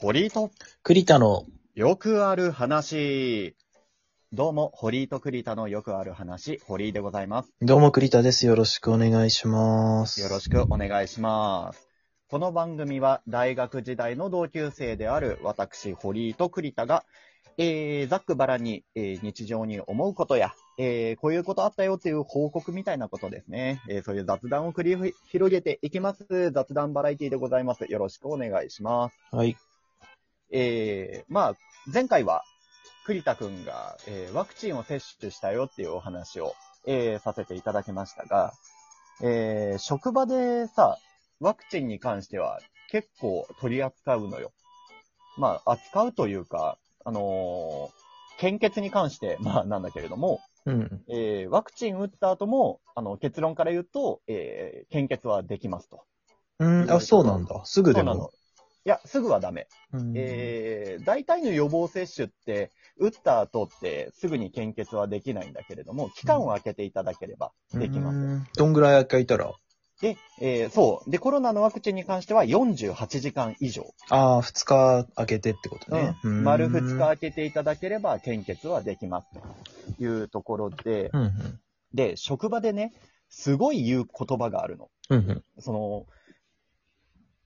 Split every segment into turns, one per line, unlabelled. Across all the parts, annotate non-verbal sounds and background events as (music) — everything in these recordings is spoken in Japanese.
堀井と、
栗田の、
よくある話。どうも、堀井と栗田のよくある話、堀井でございます。
どうも栗田です。よろしくお願いします。
よろしくお願いします。この番組は大学時代の同級生である私、堀井と栗田が、えー、ざっくばらんに、えー日常に思うことや、えー、こういうことあったよっていう報告みたいなことですね。えー、そういう雑談を繰りふ広げていきます。雑談バラエティでございます。よろしくお願いします。
はい。
えー、まあ、前回は、栗田くんが、えーワクチンを接種したよっていうお話を、えーさせていただきましたが、えー職場でさ、ワクチンに関しては結構取り扱うのよ。まあ、扱うというか、あのー献血に関して、まあ、なんだけれども、
うん。
えーワクチン打った後も、あの、結論から言うと、えー献血はできますと。
うん、あ、そうなんだ。すぐで
そうな
も
の。。いや、すぐはダメ。
うん
えー大体の予防接種って、打った後ってすぐに献血はできないんだけれども、期間を空けていただければできます。
うんどんぐらい空いたら
で、えーそう。で、コロナのワクチンに関しては48時間以上。
ああ、二日空けてってことね。
うん丸2日空けていただければ献血はできます。というところで、
うんうん。
で、職場でね、すごい言う言葉があるの。
うんうん。
その、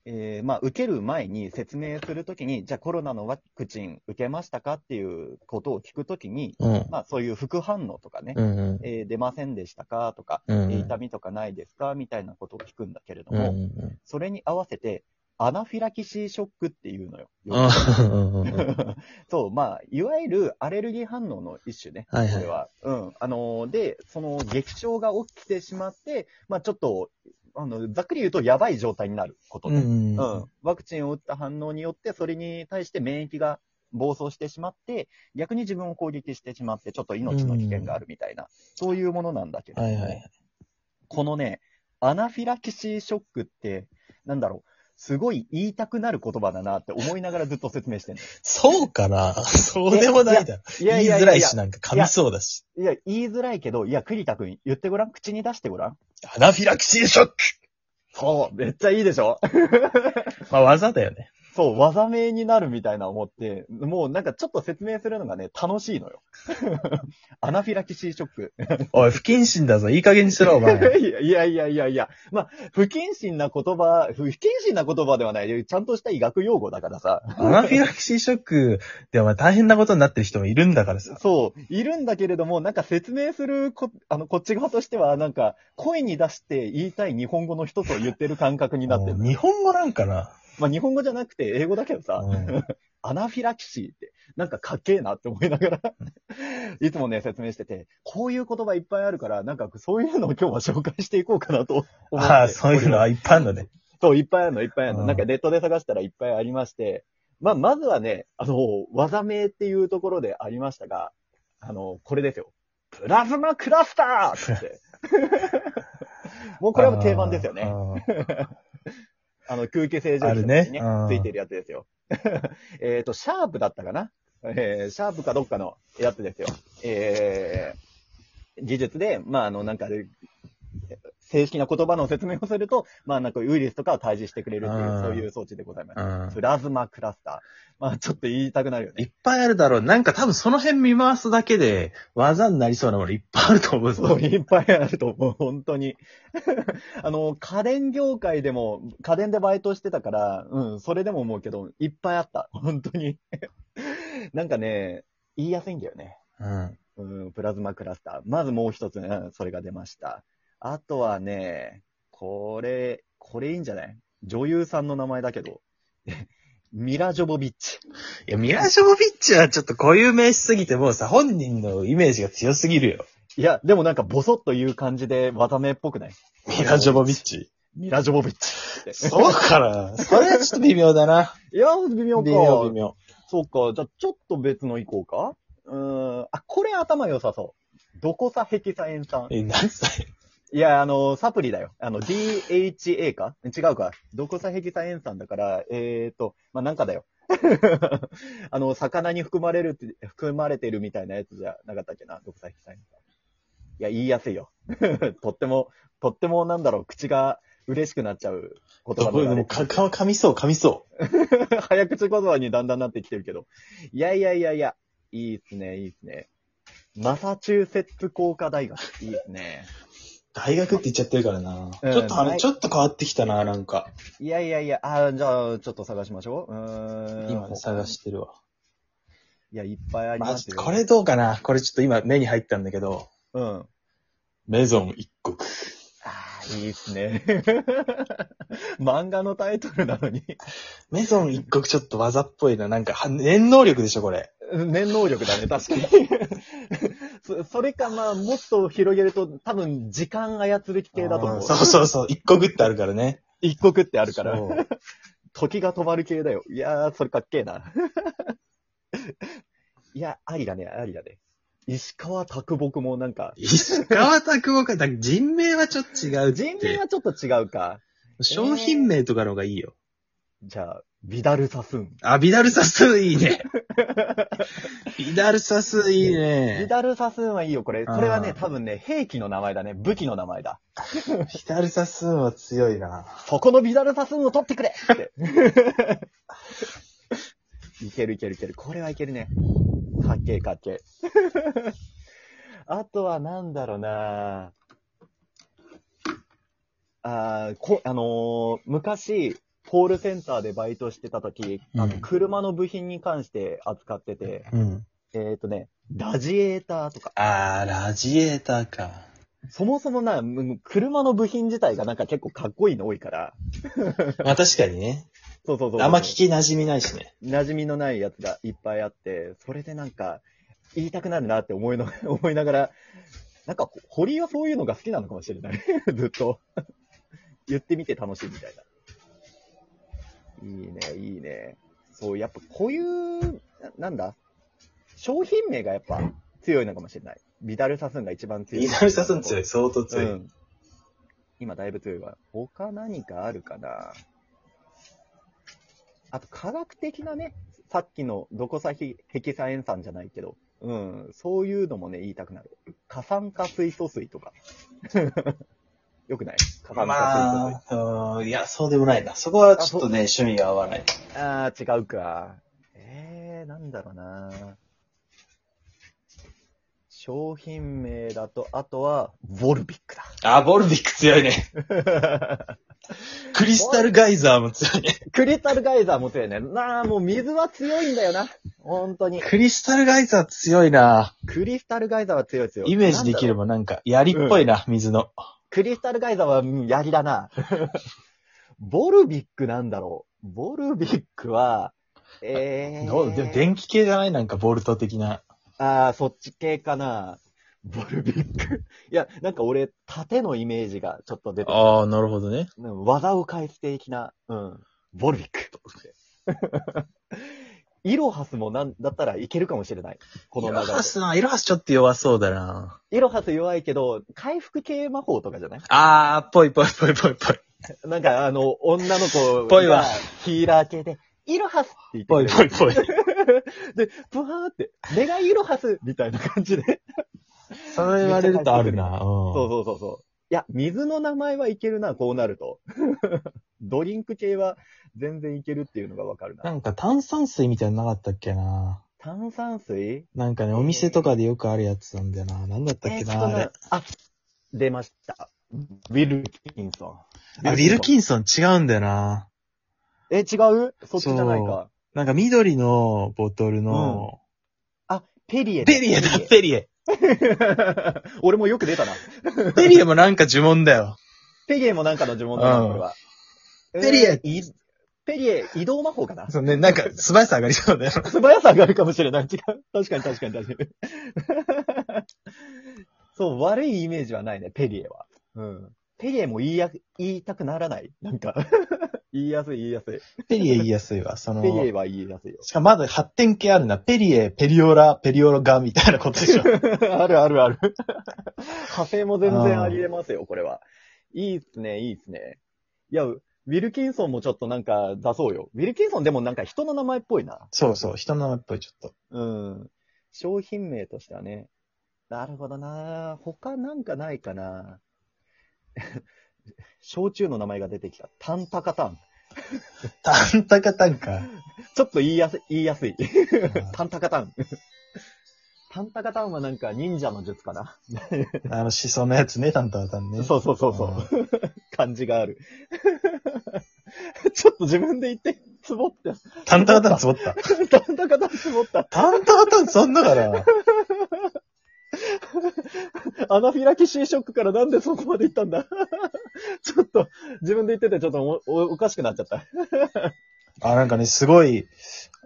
えーまあ、受ける前に説明するときに、じゃあコロナのワクチン受けましたかっていうことを聞くときに、
うん。
まあ、そういう副反応とかね、
うんうん。
えー出ませんでしたかとか、
う
え
ん
ー
うん
痛みとかないですかみたいなことを聞くんだけれど
うん
も、
うん
それに合わせて、アナフィラキシーショックっていうのよ。
うん。あーうんうんうん
そう、まあ、いわゆるアレルギー反応の一種ね、
はいはい
これは。うん。あのーで、その劇症が起きてしまって、まあ、ちょっと、あの、ざっくり言うと、やばい状態になること
う
ね。
んう
うん
ん。、
ワクチンを打った反応によって、それに対して免疫が暴走してしまって、逆に自分を攻撃してしまって、ちょっと命の危険があるみたいな、そういうものなんだけど、
はいはい。
このね、アナフィラキシーショックって、なんだろう、すごい言いたくなる言葉だなって思いながらずっと説明してる
そうかなそうでもないだろ。
い
(laughs) 言い
いや
づらいし、
い
なんか噛みそうだし。
や、言いづらいけど、いや、栗田君、言ってごらん、口に出してごらん。
アナフィラキシーショック
そう、めっちゃいいでしょ
まあ、技だよね。
そう、技名になるみたいな思って、もうなんかちょっと説明するのがね、楽しいのよ。 (laughs) アナフィラキシーショック。
おい、不謹慎だぞ。いい加減にしろ、お前。
(laughs) いやいやいやいやいや。まあ、不謹慎な言葉、不謹慎な言葉ではない。ちゃんとした医学用語だからさ。
アナフィラキシーショックでは大変なことになってる人もいるんだからさ。
そう、いるんだけれども、なんか説明するこ、あの、こっち側としては、なんか、声に出して言いたい日本語の一つを言ってる感覚になってる。
日本語なんかな、
まあ、日本語じゃなくて英語だけどさ。
うん
アナフィラキシーって、なんかかっけえなって思いながら、いつもね、説明してて、こういう言葉いっぱいあるから、なんかそういうのを今日は紹介していこうかなと思って。
ああ、そういうのはいっぱいあるのね。
そう、いっぱいあるの、いっぱいある
う
の。
ん
なんかネットで探したらいっぱいありまして、まあ、まずはね、あの、技名っていうところでありましたが、あの、これですよ。プラズマクラスター
(laughs)
って。もうこれはもう定番ですよね。
あ
あの、空気清浄機とか
あ
に
るね
ね
うん、
ついてるやつですよ。 (laughs) えっと、シャープだったかなえー、シャープかどっかのやつですよ。えー、技術で、まあ、あの、なんか、正式な言葉の説明をすると、まあ、なんかウイルスとかを退治してくれるっていう
う、ん
そういう装置でございます。
あうん
プラズマクラスター。まあ、ちょっと言いたくなるよ
い
ね。
っぱいあるだろう。なんか多分その辺見回すだけで技になりそうなものいっぱいあると思うぞ。
そう、いっぱいあると思う、 (laughs) 本当に。あの、家電業界でも、家電でバイトしてたから、うん、それでも思うけど、いっぱいあった、 (laughs) 本当に。なんかね、言いやすいんだよね。
うん。
うん、プラズマクラスター。まずもう一つ、うん、それが出ました。あとはね、これ、これいいんじゃない女優さんの名前だけど、 (laughs) ミラ・ジョボビッチ。
いや、ミラショボビッチはちょっとこういう名詞すぎてもうさ、本人のイメージが強すぎるよ。
いや、でもなんかボソッという感じで技名っぽくない
ミラジョボビッチ。
ミラ・ジョボビッチ。
そうかなそれはちょっと微妙だな。
いや、微妙か。
微妙、微妙。
そうか。じゃあ、ちょっと別の行こうか。うーん。あ、これ頭良さそう。どこさヘキサエン酸。
え、何歳
いや、あの、サプリだよ。あの、DHA か違うか。どこさヘキサエン酸だから、えーと、まあ、なんかだよ。 (laughs) あの、魚に含まれるって、含まれてるみたいなやつじゃなかったっけな。どこ (laughs) さヘキサエン酸。いや、言いやすいよ。とっても、とってもなんだろう、口が嬉しくなっちゃう言葉
これでも、か、か、噛みそう、噛みそ
(laughs) 早口言葉にだんだんなってきてるけど。いやいやいやいや、いいっすね、いいっすね。マサチューセッツ工科大学、いいっすね。
う。大学って言っちゃってるからな。
うん
ちょっとあ
は
れ、
い
ちょっと変わってきたな、なんか。
いやいやいや、あーじゃあ、ちょっと探しましょう。うーん。
今ね探してるわ。
いや、いっぱいあり
ま
ま
あ
す、よ。
これどうかなこれちょっと今目に入ったんだけど、
うん。あ
メゾン一国。
あ、いいっすね。 (laughs) 漫画のタイトルなのに。
メゾン一国ちょっと技っぽいな。なんか、は念能力でしょ、これ。
念能力だね、確かに。 (laughs) そそれか、まあ、もっと広げると、多分、時間操る系だと思
あー
う。
そうそうそう。一国ってあるからね。
一国ってあるから
そ。う
時が止まる系だよ。いやー、それかっけえな。 (laughs) いや、ありだね、ありだね。石川啄木もなんか、
石川拓夫か、だから人名はちょっと違うって。
人名はちょっと違うか。
商品名とかの方がいいよ。
じゃあ、ビダルサスーン。
あ、ビダルサスいい (laughs) ね。ビダルサスいい
ビ
ね。
ダルサスーンはいいよ、これ。これはね
あ、ー
多分ね、兵器の名前だね。武器の名前だ。
ビダルサスは強いな。
そこのビダルサスーンを取ってくれって。いけるいけるいける。これはいけるね。かっけえかっけえ。 (laughs) あとはなんだろうなあーこ、あのー昔、コールセンターでバイトしてた時、あの
うん
車の部品に関して扱ってて、
うん。
えっ、とね、ラジエーターとか、
あー、ラジエーターか。
そもそもな、うん車の部品自体がなんか結構かっこいいの多いから、
まあ確かにね。
そうそうそうそう。
あんま聞き馴染みないしね。
馴染みのないやつがいっぱいあって、それでなんか、言いたくなるなって思いの (laughs) 思いながら、なんか、堀井はそういうのが好きなのかもしれない。 (laughs) ずっと。言ってみて楽しいみたいな。いいね、いいね。そう、やっぱこういう、ななんだ商品名がやっぱ強いのかもしれない。ビダルサスンが一番強い。
ビダルサス強い、相当
う
強い。
ん。今だいぶ強いわ。他何かあるかなあと科学的なね、さっきのどこさひヘキサエン酸じゃないけど、うん、そういうのもね、言いたくなる。過酸化水素水とか。 (laughs) よくない過酸化水素
まあ、うんいや、そうでもないな。そこはちょっとね、趣味が合わない。
水。ああー、違うか。えー、なんだろうな。商品名だと、あとは、ボルビック
あ、ボルビック強いね。
(laughs) だ。
クリスタルガイザーも強 (laughs) いね。
クリスタルガイザーも強いね。なあ、もう水は強いんだよな。本当に。
クリスタルガイザー強いな
クリスタルガイザーは強い強い。
イメージでき
る。
ればなんか、槍っぽいな、水の。
クリスタルガイザーは、うん、槍だな。ボルビックなんだろう。ボルビックは、えー。
どうでも電気系じゃないなんか、ボルト的な。
ああ、そっち系かな。ボルビック。いや、なんか俺、縦のイメージがちょっと出てる
ああ、なるほどね。
うん技を返す的な、うん。ボルビッ
(laughs)
ク。イロハスもなんだったらいけるかもしれない。この
イ
流れ
ロ
で
ハスな、イロハスちょっと弱そうだな
イロハス弱いけど、回復系魔法とかじゃない (laughs)
ああ、ぽいぽいぽいぽいぽい。
なんか、あの、女の子
ぽいわ
がヒーラー系で、イロハスって言って
ぽいぽいぽ (laughs) い。
(laughs) で、ぷはーって、願いイロハスみたいな感じで。
そう言われるとあるな。
そう
う
そうそうそう。いや、水の名前はいけるな、こうなると。 (laughs) ドリンク系は全然いけるっていうのがわかる
ん。な
な。
んか炭酸水みたいなのなかったっけな
炭酸水
なんかね、お店とかでよくあるやつなんだよな。なんだったっけ
えー
な
と
あれ
ね。あ、出ました。ウィルキンソン。
あ、ウィルキンソン違うんだよな。
え、違うそっちじゃないか。
なんか緑のボトルの、
あ、ペリエだ。
ペリエだ、ペリエ。
(laughs) 俺もよく出たな。
ペリエもなんか呪文だよ。
ペリエもなんかの呪文だ
う
な、
ん
これは。
ペリエ
えーいペリエ、移動魔法か (laughs) な
そうね、なんか素早さ上がりそうだよ。
素早さがあるかもしれない。違う。確かに確かに確かに。 (laughs) そう、悪いイメージはないね、ペリエは。うん。ペリエも言いや、言いたくならないなんか。 (laughs) 言いやすい言いやすい。
ペリエ言いやすいわ。その、
ペリエは言いやすいよ。
しかもまだ発展系あるな。ペリエ、ペリオラ、ペリオロガみたいなことでしょ。
(laughs) あるあるある。派生も全然あり得ますよ、これは。いいっすね、いいっすね。いや、ウィルキンソンもちょっとなんか出そうよ。ウィルキンソンでもなんか人の名前っぽいな。
そうそう、人の名前っぽい、ちょっ (laughs) と。
うん。商品名としてはね。なるほどな他なんかないかなし (laughs) 焼酎の名前が出てきた。タンタカタン。
タンタカタンか。
ちょっと言いやす言いやすい。
あー
タンタカタン。タンタカタンはなんか忍者の術かな。
あの、しそのやつね、タンタカタンね。
そうそうそうそう。感じがある。 (laughs) ちょっと自分で言って、つぼって、 (laughs)
タンタカタンつぼった。
タンタカタンつぼった。
タンタカタンそんなから。
アナフィラキシーショックからなんでそこまで行ったんだ (laughs) ちょっと、自分で言っててちょっとおおおかしくなっちゃった。
あ、なんかね、すごい、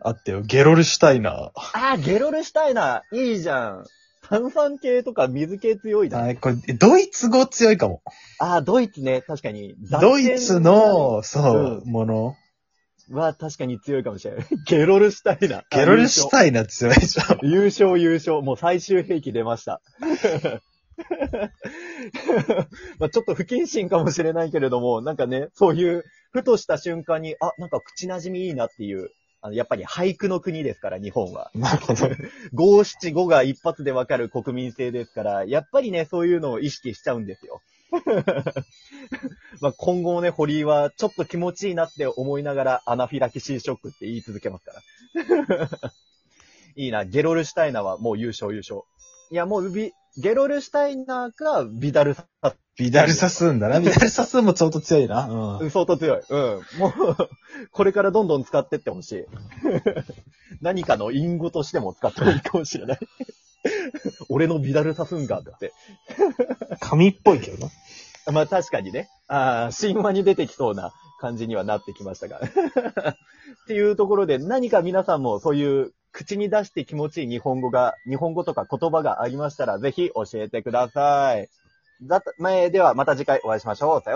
あったよ。ゲロルシュタイナー。
あー、ゲロルしたいな。いいじゃん。炭酸系とか水系強いじゃん。
はい、これ、ドイツ語強いかも。
あー、ドイツね。確かに。
ドイツの、そう、
うん
もの。
は確かに強いかもしれない。 (laughs) ゲロルしたいな。
ゲロルシュタイナー強いじゃん。
(laughs) 優勝優勝。もう最終兵器出ました。 (laughs) まあちょっと不謹慎かもしれないけれども、なんかね、そういう、ふとした瞬間に、あ、なんか口馴染みいいなっていう、あの、やっぱり俳句の国ですから、日本は。
なるほど。
(laughs) 五七五が一発でわかる国民性ですから、やっぱりね、そういうのを意識しちゃうんですよ。 (laughs) まあ今後もね、堀井はちょっと気持ちいいなって思いながらアナフィラキシーショックって言い続けますから。いいな、ゲロルシュタイナーはもう優勝優勝。いや、もうビ、ゲロルシュタイナーかビダルサ
ビダルサスーンだな。ビダルサスーンも相当強いな。うん。
相当強い。うん。もう、これからどんどん使ってってほしい。 (laughs) 何かの隠語としても使ってもいいかもしれない。俺のビダルサスンガーだって。
神っぽいけどな。
(laughs) まあ確かにね。ああ、神話に出てきそうな感じにはなってきましたが。 (laughs) っていうところで何か皆さんもそういう口に出して気持ちいい日本語が、日本語とか言葉がありましたらぜひ教えてください。だった、前ではまた次回お会いしましょう。さようなら